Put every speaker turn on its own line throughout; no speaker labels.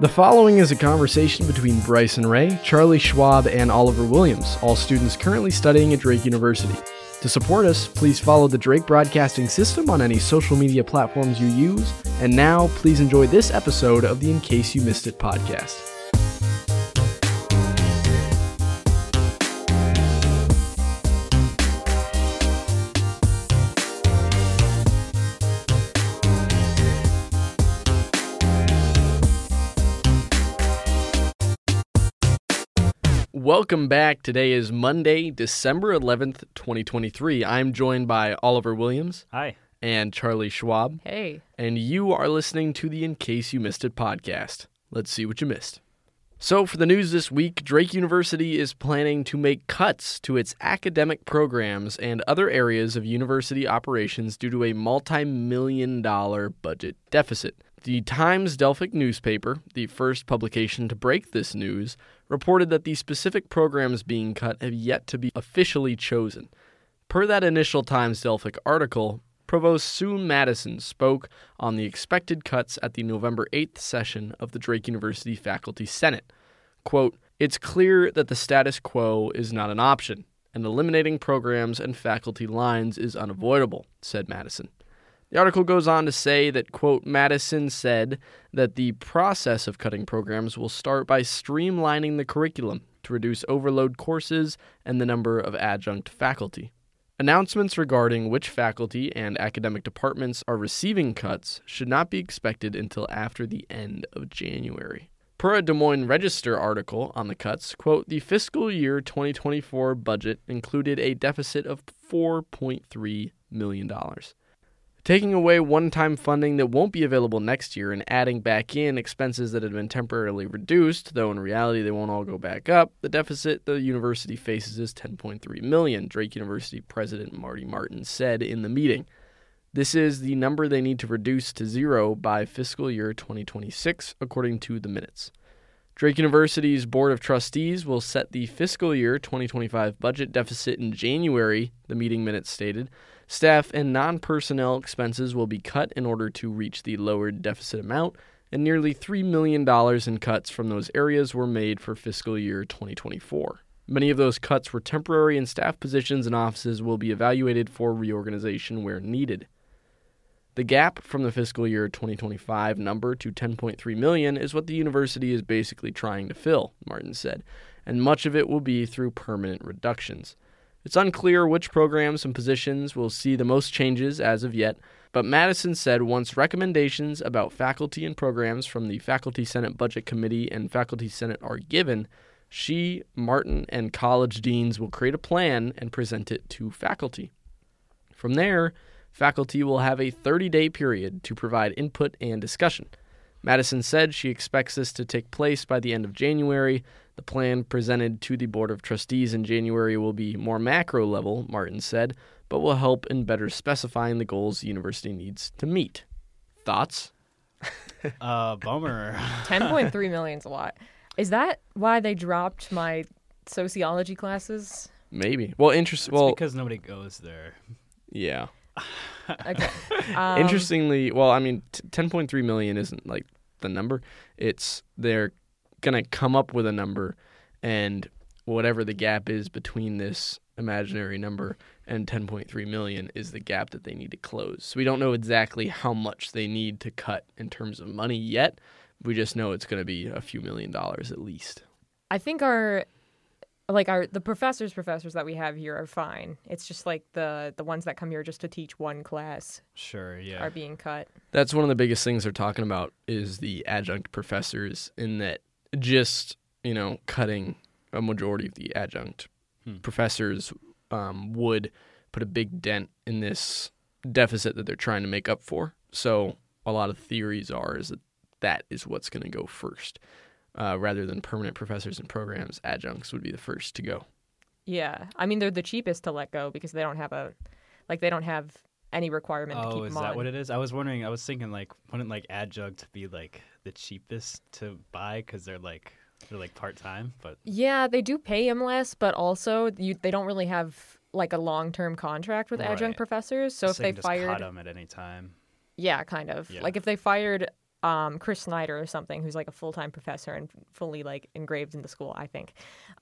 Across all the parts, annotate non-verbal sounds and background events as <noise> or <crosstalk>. The following is a conversation between Bryson Ray, Charlie Schwab, and Oliver Williams, all students currently studying at Drake University. To support us, please follow the Drake Broadcasting System on any social media platforms you use. And now, please enjoy this episode of the In Case You Missed It podcast. Welcome back. Today is Monday, December 11th, 2023. I'm joined by Oliver Williams
Hi.
and Charlie Schwab,
Hey,
and you are listening to the In Case You Missed It podcast. Let's see what you missed. So, for the news this week, Drake University is planning to make cuts to its academic programs and other areas of university operations due to a multi million dollar budget deficit. The Times Delphic newspaper, the first publication to break this news, reported that the specific programs being cut have yet to be officially chosen. Per that initial Times Delphic article, Provost Sue Madison spoke on the expected cuts at the November 8th session of the Drake University Faculty Senate. Quote, It's clear that the status quo is not an option, and eliminating programs and faculty lines is unavoidable, said Madison. The article goes on to say that, quote, Madison said that the process of cutting programs will start by streamlining the curriculum to reduce overload courses and the number of adjunct faculty. Announcements regarding which faculty and academic departments are receiving cuts should not be expected until after the end of January. Per a Des Moines Register article on the cuts, quote, the fiscal year 2024 budget included a deficit of $4.3 million. Taking away one time funding that won't be available next year and adding back in expenses that had been temporarily reduced, though in reality they won't all go back up, the deficit the university faces is 10.3 million, Drake University President Marty Martin said in the meeting. This is the number they need to reduce to zero by fiscal year 2026, according to the minutes. Drake University's Board of Trustees will set the fiscal year 2025 budget deficit in January, the meeting minutes stated. Staff and non personnel expenses will be cut in order to reach the lowered deficit amount, and nearly $3 million in cuts from those areas were made for fiscal year 2024. Many of those cuts were temporary, and staff positions and offices will be evaluated for reorganization where needed. The gap from the fiscal year 2025 number to 10.3 million is what the university is basically trying to fill, Martin said, and much of it will be through permanent reductions. It's unclear which programs and positions will see the most changes as of yet, but Madison said once recommendations about faculty and programs from the Faculty Senate Budget Committee and Faculty Senate are given, she, Martin, and college deans will create a plan and present it to faculty. From there, faculty will have a 30 day period to provide input and discussion. Madison said she expects this to take place by the end of January. The plan presented to the Board of Trustees in January will be more macro level, Martin said, but will help in better specifying the goals the university needs to meet. Thoughts?
Uh, bummer. <laughs>
ten point three million's a lot. Is that why they dropped my sociology classes?
Maybe. Well, interest.
well,
Well,
because nobody goes there.
yeah.
<laughs>
Okay. Um,
Interestingly, well, I mean, t- 10.3 million isn't like the number. It's they're going to come up with a number and whatever the gap is between this imaginary number and 10.3 million is the gap that they need to close. So we don't know exactly how much they need to cut in terms of money yet. We just know it's going to be a few million dollars at least.
I think our like our the professors professors that we have here are fine. It's just like the the ones that come here just to teach one class
Sure, yeah.
are being cut.
That's one of the biggest things they're talking about is the adjunct professors in that just, you know, cutting a majority of the adjunct
Hmm.
professors um, would put a big dent in this deficit that they're trying to make up for. So a lot of theories are is that that is what's going to go first. Uh, rather than permanent professors and programs, adjuncts would be the first to go.
Yeah. I mean they're the cheapest to let go because they don't have a like they don't have any requirement to
Oh,
keep
is
them
that
on.
what it is? I was wondering. I was thinking like, wouldn't like adjunct be like the cheapest to buy because they're like they're like part time? But
Yeah, they do pay him less, but also you, they don't really have like a long-term contract with adjunct
Right.
professors. So
this
if they
thing just
fired
caught them at any time,
Yeah, kind of.
Yeah.
Like if they fired um, Chris Snyder or something, who's like a full time professor and fully like engraved in the school, I think,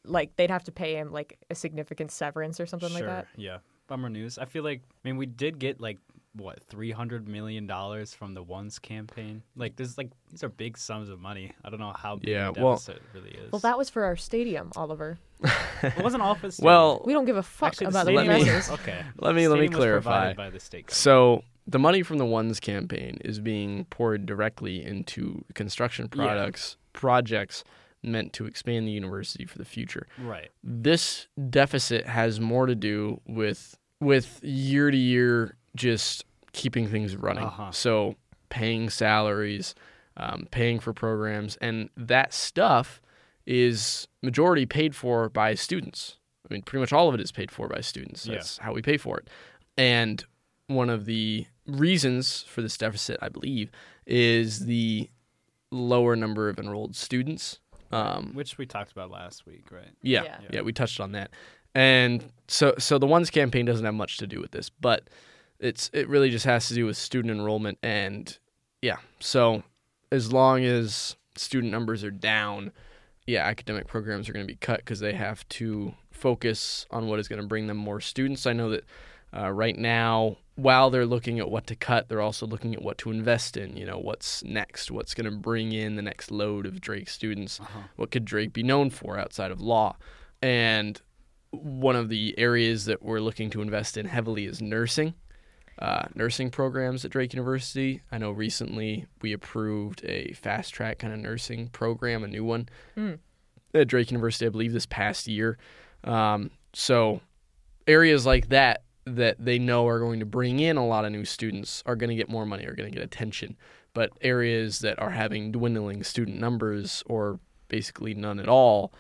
like they'd have to pay him like a significant severance or something
sure.
like that.
Yeah. Bummer news. I feel like I mean we did get like what three hundred million dollars from the Once campaign. Like there's like these are big sums of money. I don't know how big
Yeah,
the
well-
deficit really is.
Well, that was for our stadium, Oliver.
<laughs> it wasn't all for the stadium.
Well,
We don't give a fuck
Actually,
about the
stadium was- <laughs>
professors.
okay.
Let me- let me
Stadium was provided
clarify.
By the state government.
so the money from the ones campaign is being poured directly into construction
Yeah.
products projects meant to expand the university for the future.
right.
This deficit has more to do with with year to year just keeping things running.
Uh-huh.
So paying salaries, um, paying for programs, and that stuff is majority paid for by students. I mean, pretty much all of it is paid for by students.
Yeah.
That's how we pay for it. And one of the reasons for this deficit, I believe, is the lower number of enrolled students. Um,
Which we talked about last week, right?
yeah,
Yeah.
yeah, we touched on that. And so so the ones campaign doesn't have much to do with this, but it's it really just has to do with student enrollment and yeah. So as long as student numbers are down, yeah, academic programs are going to be cut cuz they have to focus on what is going to bring them more students. I know that uh, right now while they're looking at what to cut, they're also looking at what to invest in, you know, what's next, what's going to bring in the next load of Drake students what could Drake be known for outside of law? And one of the areas that we're looking to invest in heavily is nursing, uh, nursing programs at Drake University. I know recently we approved a fast track kind of nursing program, a new one
Mm.
at Drake University, I believe, this past year. Um, so areas like that that they know are going to bring in a lot of new students are going to get more money, are going to get attention. But areas that are having dwindling student numbers or basically none at all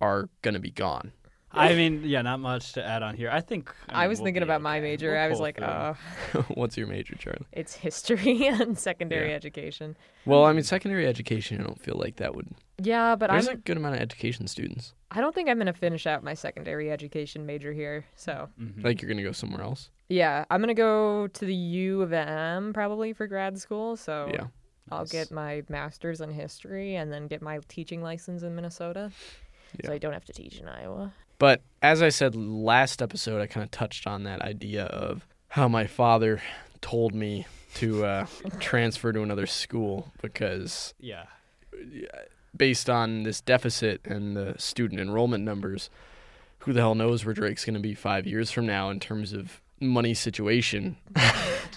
are going to be gone. <laughs>
I mean, yeah, not much to add on here. I think
I was thinking about my major. I was like,
uh
oh,
What's your major, Charlie?
it's history <laughs> and secondary
Yeah.
education.
Well, I mean, secondary education, I don't feel like that would.
Yeah, but I'm,
There's a good amount of education students.
I don't think I'm going to finish out my secondary education major here. So,
Like, you're going to go somewhere else.
yeah, I'm going to go to the U of M probably for grad school. So,
Yeah.
I'll
Nice.
get my master's in history and then get my teaching license in Minnesota.
Yeah.
So I don't have to teach in Iowa.
But as I said last episode, I kind of touched on that idea of how my father told me to uh,
<laughs>
transfer to another school because
yeah.
based on this deficit and the student enrollment numbers, who the hell knows where Drake's going to be five years from now in terms of money situation?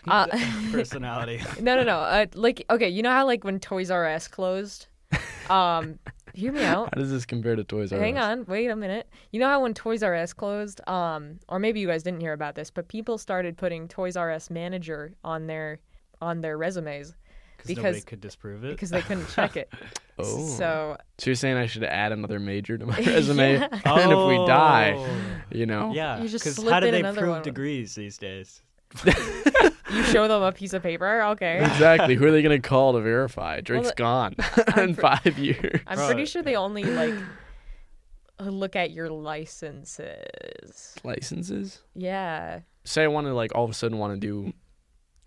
Uh,
<laughs> Personality.
no, no, no.
<laughs>
Uh, like, okay, you know how like when Toys R Us closed? Um, hear me out.
How does this compare to Toys R Us?
Hang on, wait a minute. You know how when Toys R Us closed, um, or maybe you guys didn't hear about this, but people started putting Toys R Us manager on their on their resumes
Because nobody
because
could disprove it.
because they couldn't
<laughs>
check it.
<laughs> Oh.
So
So you're saying I should add another major
<laughs>
to my
Yeah.
resume? And if we die,
Oh.
you know?
Yeah,
You just
'cause
slip
how do
in
they
another
prove
one.
degrees these days?
you show them a piece of paper, okay.
Exactly. Who are they going to call to verify? Drake's
the- <laughs>
gone <laughs> in
pr-
five
<laughs>
years.
I'm pretty
Right.
sure they
<clears throat>
only like look at your licenses.
Licenses?
Yeah.
Say I want to, like, all of a sudden want to do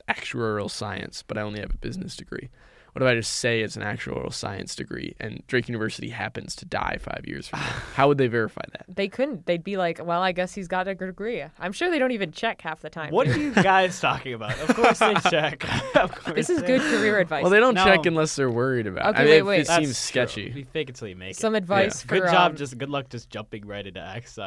actuarial science, but I only have a business degree. What if I just say it's an actuarial science degree and Drake University happens to die five years
<sighs>
from now? How would they verify that?
They couldn't. They'd be like, "Well, I guess he's got a degree." I'm sure they don't even check half the time.
What
dude.
are you guys talking about? Of course
<laughs>
they check. <laughs> Of course
This is
they- <laughs>
good career advice.
Well, they don't
No.
check unless they're worried about it.
Okay,
I mean,
wait,
it-
wait.
It
That's
seems
true.
sketchy.
<laughs>
You fake it till you make
Some
it.
advice for
Good job.
um,
Just good luck. Just jumping right into XI.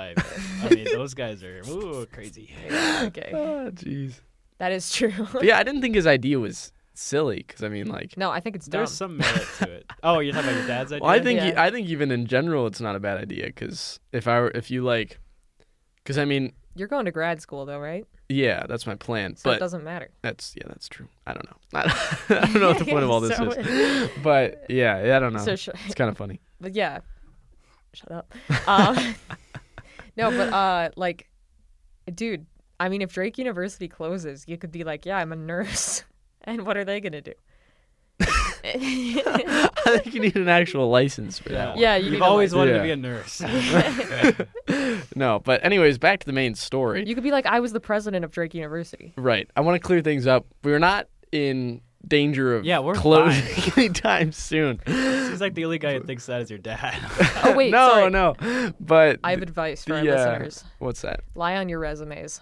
I mean, those guys are ooh crazy.
yeah, <laughs> okay.
Oh, jeez.
That is true.
But yeah, I didn't think his idea was silly because I mean, like,
<laughs> No, I think it's dumb.
There's some merit to it. Oh, you're talking about your dad's idea.
well, I think e,
Yeah.
I think even in general, it's not a bad idea because if I were, if you like, because I mean,
You're going to grad school though, right?
yeah, that's my plan,
So it
but
doesn't matter.
that's yeah, that's true. I don't know. <laughs> I don't, I don't
<laughs>
know what the point of all this
So-
is, <laughs> but yeah, yeah, I don't know.
So sh-
<laughs>
<laughs>
it's kind of funny.
but yeah, shut up. Um, <laughs> no, but uh, like, dude, I mean, if Drake University closes, you could be like, yeah, I'm a nurse, <laughs> and what are they
<laughs>
gonna do?
I think you need an actual license for that. One.
Yeah,
Yeah, you need
you've
a
always
license.
wanted
Yeah.
to be a nurse. <laughs>
No, but anyways, back to the main story. <laughs>
you could be like, I was the president of Drake University.
Right. I want to clear things up. We're not in danger of
Yeah, we're
closing
fine.
<laughs> anytime soon.
He's like the only guy who thinks that is your dad. <laughs>
Oh wait,
no,
sorry.
no. But
I have advice for our
the, uh,
listeners.
what's that
Lie on your resumes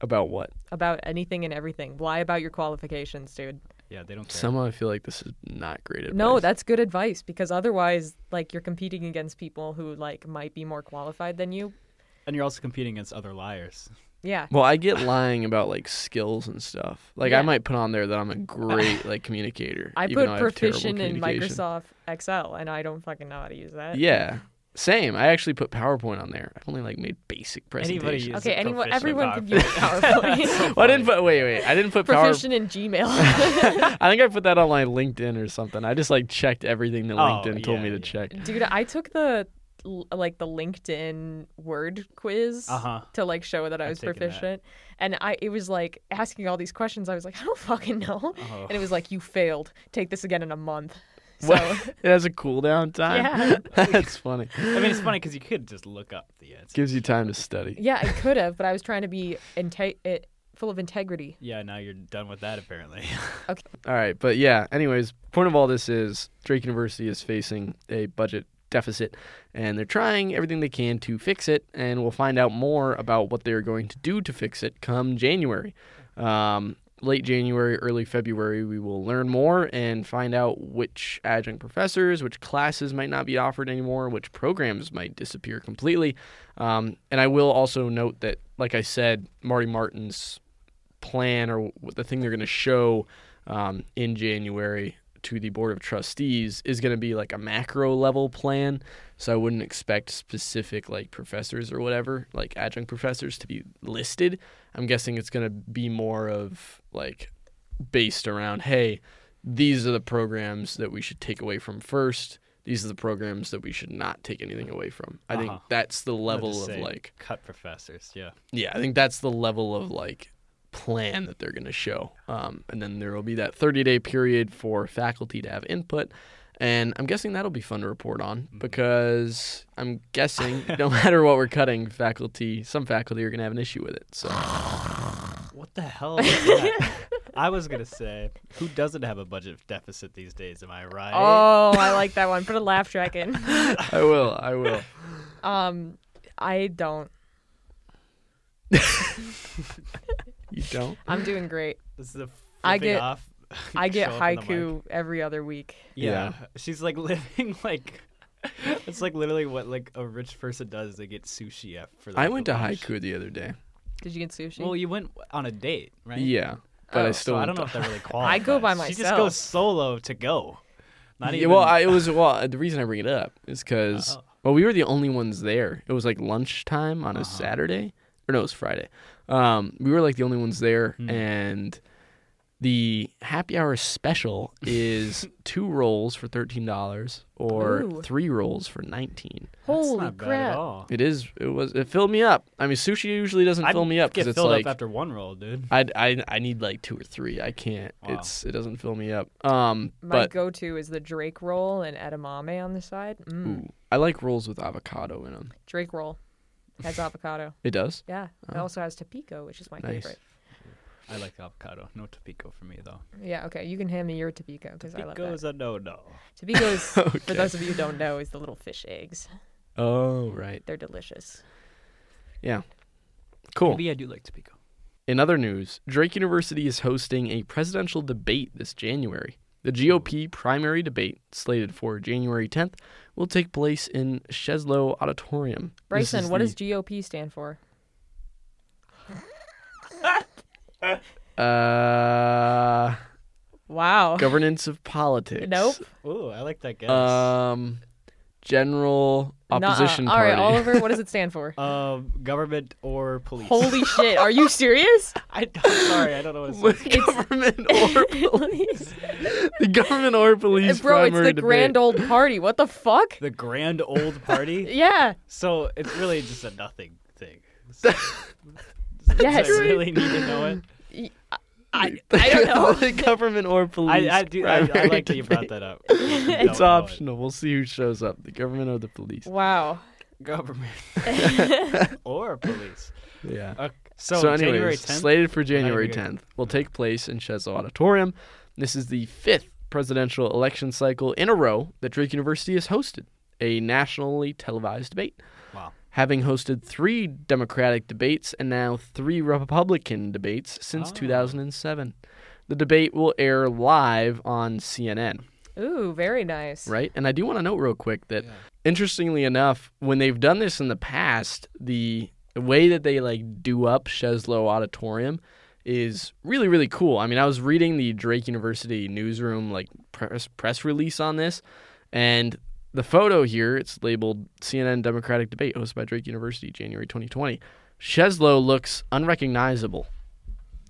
about? What?
about anything and everything. Lie about your qualifications, dude.
yeah, they don't care.
Somehow I feel like this is not great advice.
No, that's good advice because otherwise, like, you're competing against people who like might be more qualified than you.
and you're also competing against other liars.
Yeah.
Well, I get lying about like skills and stuff. Like I
Yeah.
might put on there that I'm
<laughs>
a great like communicator.
I
even
put
though have terrible
proficient in
communication.
Microsoft Excel and I don't fucking know how to use that.
Yeah. Same. I actually put PowerPoint on there. I've only like made basic presentations.
use- Is
Okay,
it
anyone,
proficient
everyone
in
can use <laughs> PowerPoint.
Well, I didn't put. Wait, wait. I didn't put PowerPoint.
proficient in Gmail.
<laughs> I think I put that on my LinkedIn or something. I just like checked everything that
Oh,
LinkedIn told
yeah,
me to
yeah.
check.
Dude, I took the l- like the LinkedIn word quiz
Uh-huh.
to like show that I
I've
was
taken that.
proficient, and I it was like asking all these questions. I was like, I don't fucking know,
Oh.
and it was like, you failed. Take this again in a month. So
Well, <laughs> it has a cool down time. <laughs> That's funny.
I mean, it's funny because you could just look up the answer.
Gives you time to study.
yeah, I could have, but I was trying to be inte- it, full of integrity.
Yeah, now you're done with that apparently. <laughs>
All right, but yeah. Anyways, point of all this is Drake University is facing a budget deficit, and they're trying everything they can to fix it. And we'll find out more about what they're going to do to fix it come January. Um, late January, early February, we will learn more and find out which adjunct professors, which classes might not be offered anymore, which programs might disappear completely. Um, and I will also note that, like I said, Marty Martin's plan or what the thing they're going to show um, in January to the Board of Trustees is going to be like a macro level plan. So I wouldn't expect specific like professors or whatever, like adjunct professors to be listed. I'm guessing it's going to be more of like based around, hey, these are the programs that we should take away from first. These are the programs that we should not take anything away from. I think
Uh-huh.
that's the level
Just
of
say,
like
cut professors. Yeah,
yeah, I think that's the level of like plan that they're going to show. Um, and then there will be that 30 day period for faculty to have input. And I'm guessing that'll be fun to report on
Mm-hmm.
because I'm guessing
<laughs>
no matter what we're cutting, faculty, some faculty are going to have an issue with it. So
what the hell? Is that? I was gonna say, who doesn't have a budget deficit these days? Am I right?
Oh, I like that one. Put a laugh track in.
I will. I
<laughs>
will.
Um, I don't.
You don't?
I'm
<laughs>
doing great.
This is a
I
flipping
get-
off. <laughs>
I get
show up in the mic.
haiku every other week.
Yeah. <laughs> she's like living <laughs> like. It's like literally what like a rich person does. They get sushi at for. Like,
I
a
went to
lunch.
haiku the other day.
Did you get sushi?
Well, you went on a date, right?
Yeah. But I
Oh,
still
So I
went
don't
to
know if that
<laughs>
really qualifies.
go by
She just
myself.
goes solo to go. Not
Yeah,
even.
Well, I, it was well. uh, The reason I bring it up is because
Oh.
well, we were the only ones there. It was like lunchtime on a
Uh-huh.
Saturday, or no, it was Friday. Um, we were like the only ones there,
Hmm.
and the happy hour special
<laughs>
is two rolls for thirteen dollars, or
Ooh.
three rolls for nineteen.
That's
Holy
not Bad
crap!
at all.
It is. It was. It filled me up. I mean, sushi usually doesn't
I'd
fill me up
Get
because it's
filled
like
up after one roll, dude.
I, I I need like two or three. I can't.
Wow.
It's it doesn't fill me up. Um,
My
but
go-to is the Drake roll and edamame on the side. Mm,
ooh, I like rolls with avocado in them.
Drake roll
<laughs>
has avocado.
It does.
Yeah, it also has Topeka, which is my
Oh. Nice.
favorite.
I like avocado. No Topeka for me though.
Yeah, okay, you can hand me your Topeka because I love
Topeka
that.
is a no no.
Topeka is,
<laughs> Okay.
for those of you who don't know, is the little fish eggs.
Oh, right.
They're delicious.
Yeah. Cool.
Maybe I do like Topeka.
In other news, Drake University is hosting a presidential debate this January. The GOP primary debate, slated for January 10th, will take place in Cheslow Auditorium. This
Bryson,
is
what
the-
does GOP stand for?
uh,
Wow.
governance of politics?
Nope.
Ooh, I like that guess.
Um, general opposition
Nuh-uh. All right,
party.
Oliver, what does it
<laughs>
stand for?
um, government or police?
Holy shit! Are you serious?
<laughs> I don't, sorry, I don't know what
<laughs>
it's.
With government or
<laughs>
the government or police
Bro, it's
primary
the
debate. <laughs>
grand old party. What the fuck?
the grand old party.
Yeah.
so it's really just a nothing
<laughs>
thing. So,
Yes.
I really need to know it.
I, I don't
<laughs>
know.
the government or police.
I, I do. I, I
primary
like that you brought
debate. <laughs>
that up.
It's optional. We'll see who shows up, the government or the police.
Wow.
Government <laughs> or police.
Yeah.
Okay, so,
so, anyways,
January 10th.
slated for January
even
10th, will take place in Cheslow Auditorium. This is the fifth presidential election cycle in a row that Drake University has hosted a nationally televised debate,
Wow.
having hosted three Democratic debates and now three Republican debates since
Oh.
2007. The debate will air live on CNN.
Ooh, very nice.
Right. And I do want to note real quick that, interestingly enough, when they've done this in the past, the way that they like do up Cheslow Auditorium is really, really cool. I mean, I was reading the Drake University newsroom like press, press release on this, and the photo here it's labeled CNN Democratic Debate hosted by Drake University, January 2020. Cheslow looks unrecognizable.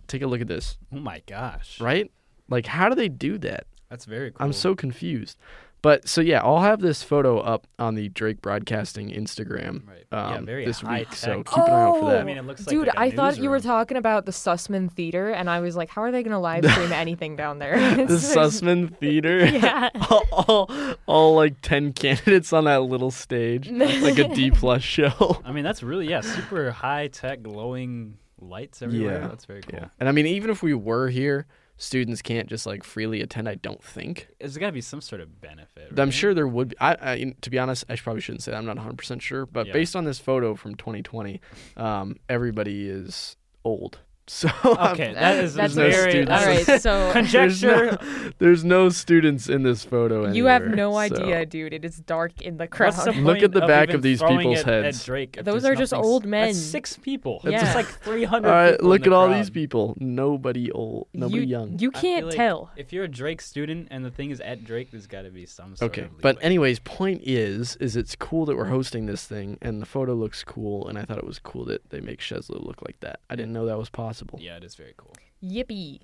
Take a look at this,
Oh my gosh.
right? Like, how do they do that?
That's very cool.
I'm so confused. But so yeah, I'll have this photo up on the Drake Broadcasting Instagram
Right.
um,
Yeah, very
this
high
week. So
tech.
keep an eye out for
Oh!
that.
I mean, it looks like
Dude,
like a
I thought you were
newsroom.
talking about the Sussman Theater, and I was like, how are they going to live
<laughs>
stream anything down there? <laughs> Oh, It's
the
just-
Sussman Theater.
Yeah.
all, <laughs> all, all like ten <laughs> candidates on that little stage, like a
<laughs>
D plus show.
I mean, that's really yeah, super high tech, glowing lights everywhere.
Yeah.
That's very cool.
Yeah. And I mean, even if we were here, students can't just like freely attend. I don't think.
There's got to be some sort of benefit.
I'm
right?
sure there would be. I, I, to be honest, I probably shouldn't say that. I'm not 100% sure. But
Yeah.
based on this photo from 2020, um, everybody is old. <laughs> So I'm-
Okay, that is
That's
no
Um, very
students.
All right,
there's,
so
conjecture.
no, there's no students in this photo.
you
<laughs>
have
anywhere,
no
so-
idea, dude. It is dark in the crowd.
What's
<laughs>
the
Look
point
at the back
even
of these
throwing
people's
it at
heads.
Drake if
Those
there's
are just
nothing-
old
that's
men.
six people.
That's-
That's just like 300.
All right,
people in
look
the
at all
crowd.
these people. Nobody old. Nobody
you,
young.
You
I feel
can't
like
tell.
If you're a Drake student and the thing is at Drake, there's got to be some sort
Okay,
of
but
leeway.
anyways, point is, is it's cool that we're hosting this thing, and the photo looks cool, and I thought it was cool that they make Sheslo look like that. I didn't know that was possible.
yeah, it is very cool.
Yippee.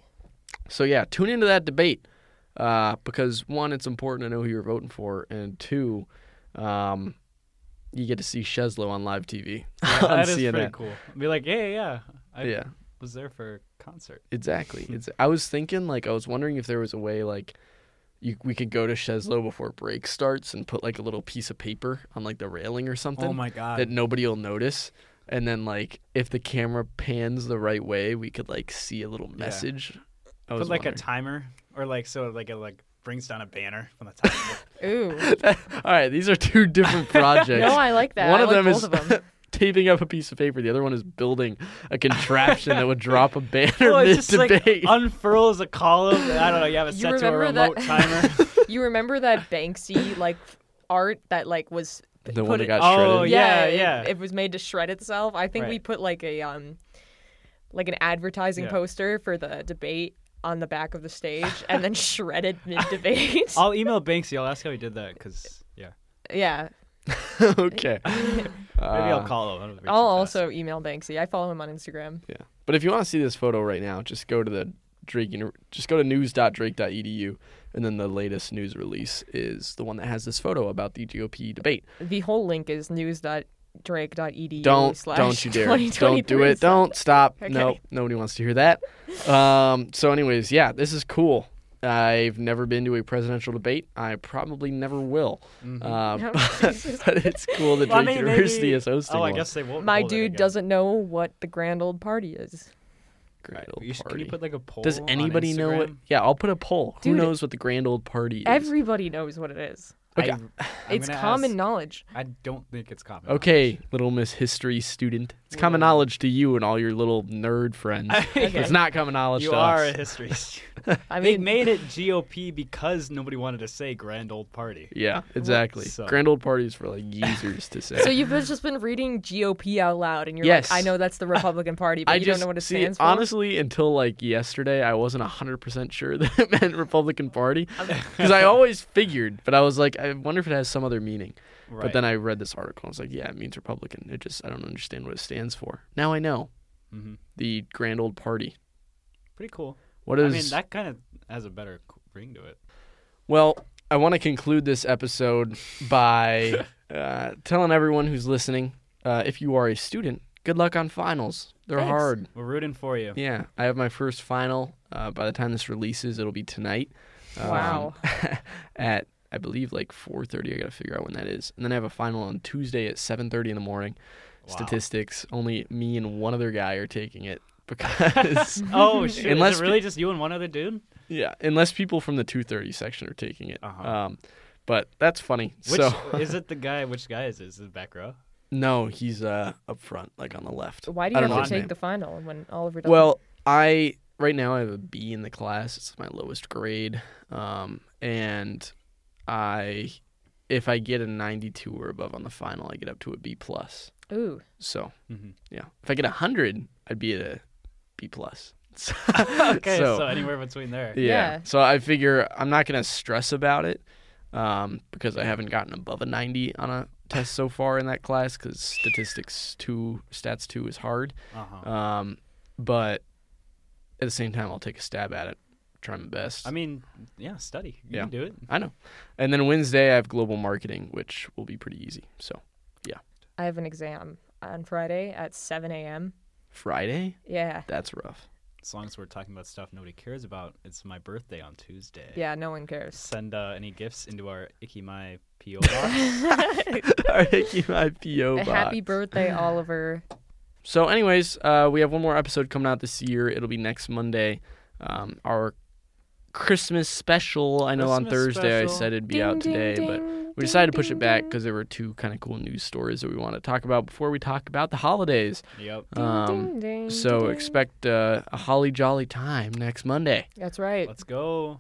So yeah, tune into that debate uh, because one, it's important to know who you're voting for, and two, um, you get to see Sheslo on live
<laughs>
TV on
<laughs> That is
CNN.
pretty cool. Be like, yeah, yeah, I
Yeah,
was there for a concert.
exactly.
Hmm.
It's. I was thinking like I was wondering if there was a way like. You, we could go to Sheslo before break starts and put like a little piece of paper on like the railing or something
Oh god,
that nobody will notice. And then like if the camera pans the right way, we could like see a little message. I
put
was
like a
wondering.
timer or like so like it like brings down a banner from
<laughs>
the top.
Ooh.
All right, these are two
<laughs>
different projects.
No, I like that.
One
I
of
like
them
both
is
of them.
taping up a piece of paper. The other one is building a
<laughs>
contraption that would drop a banner <laughs>
Oh, it
mid
just like
debate.
unfurls a column. I don't know. You have it
You
set to a
remember that-
remote
<laughs>
timer.
You remember that Banksy like art that like was
the
put
one that
it-
got
Oh,
shredded.
yeah,
it-
yeah.
It, was made to shred itself. I think we
Right.
put like a um like an advertising
Yeah.
poster for the debate on the back of the stage and
<laughs>
then shredded mid debate.
I'll email Banksy. I'll ask how he did that because yeah,
<laughs> yeah.
<laughs> okay.
maybe
Uh,
I'll call him. I don't know if it's
I'll
too
also email Banksy. I follow him on Instagram.
Yeah. But if you want to see this photo right now, just go to the Drake. Uni- Just go to news.drake.edu, E and then the latest news release is the one that has this photo about the GOP debate.
The whole link is news.drake.edu.
Don't
slash
don't you dare. Don't do
2023.
it. Don't stop.
Okay.
No, nobody wants to hear that. Um, so anyways, yeah, this is cool. I've never been to a presidential debate. I probably never will.
fast. Mhm.
Uh, <laughs>
No,
but,
Jesus.
it's cool that Drake
<laughs> Well, I mean,
University
maybe-
is hosting
Oh, I
one.
guess they won't.
My
hold it
dude
again.
doesn't know what the grand old party is.
Grand
Right.
Old
You should- Can
Party.
you put like a poll?
Does
on
anybody know what?
Instagram?
Yeah, I'll put a poll. Who
Dude,
knows what the Grand Old Party is?
Everybody knows what it is.
Okay.
I, I'm
It's
gonna
common
ask-
knowledge.
I don't think it's common.
okay, little Miss History student. It's common
Whoa.
knowledge to you and all your little nerd friends.
Okay.
It's not common knowledge
You
to
are a
us. <laughs>
history student.
I
they
mean,
made it GOP because nobody wanted to say grand old party.
Yeah, exactly.
So-
Grand Old Parties for like geezers to say.
so you've been- just been reading GOP out loud, and you're
Yes.
like, I know
<laughs>
that's the Republican Party, but
I
you
just
don't know what it
see,
stands for.
Honestly, until like yesterday, I wasn't hundred percent sure <laughs> that it meant Republican Party because I always figured, but I was like, I wonder if it has some other meaning.
Right.
But then I read this article, and I was like, yeah, it means Republican. It just I don't understand what it stands for. Now I know
Mhm.
the Grand Old Party.
pretty cool.
What is
I mean, that kind of has a better c- ring to it.
Well, I want to conclude this episode
<laughs>
by uh, telling everyone who's listening uh, if you are a student, good luck on finals. They're
Thanks.
hard.
We're rooting for you.
Yeah, I have my first final. Uh, by the time this releases, it'll be tonight. Um,
Wow.
at I believe like 4:30. I gotta figure out when that is, and then I have a final on Tuesday at 7:30 in the morning.
Wow.
Statistics: only me and one other guy are taking it <laughs> because
Oh shit!
Unless
Is it really just you and one other dude?
Yeah, unless people from the 230 section are taking it.
Uh-huh.
Um, but that's funny.
Which
so <laughs>
is it? The guy? Which guy is it? Is it the back row?
no, he's uh, up front, like on the left.
Why do
I
you
don't
have to
know his
take
name.
the final when Oliver doesn't?
Well, I right now I have a B in the class. It's my lowest grade. Um, and I, if I get a 92 or above on the final, I get up to a B plus.
ooh,
So
Mhm.
yeah, if I get a hundred, I'd be at a B
<laughs>
plus. <laughs> So-
<laughs> Okay, so, anywhere between there.
yeah.
Yeah.
So I figure I'm not gonna stress about it, um, because I haven't gotten above a 90 on a test so far in that class. Because statistics two, stats two is hard.
Uh-huh.
Um, but at the same time, I'll take a stab at it, try my best.
I mean, yeah, study. You
Yeah.
can do it.
I know. And then Wednesday, I have global marketing, which will be pretty easy. So
I have an exam on Friday at 7 a.m.
Friday,
Yeah,
that's rough. <laughs>
As long as we're talking about stuff nobody cares about, it's my birthday on Tuesday.
yeah, no
<laughs>
one cares.
Send uh, any gifts into our Ikimai PO
<laughs>
box.
All right, keep my PO box.
Happy birthday, Oliver.
So, anyways, uh, we have one more episode coming out this year. It'll be next Monday. Um, our Christmas special. I know on
Christmas
Thursday I
special.
said it'd be out today, but we decided to push it back because there were two kind of cool news stories that we want to talk about before we talk about the holidays.
yep.
Um, so expect uh, a holly jolly time next Monday.
That's right.
Let's go.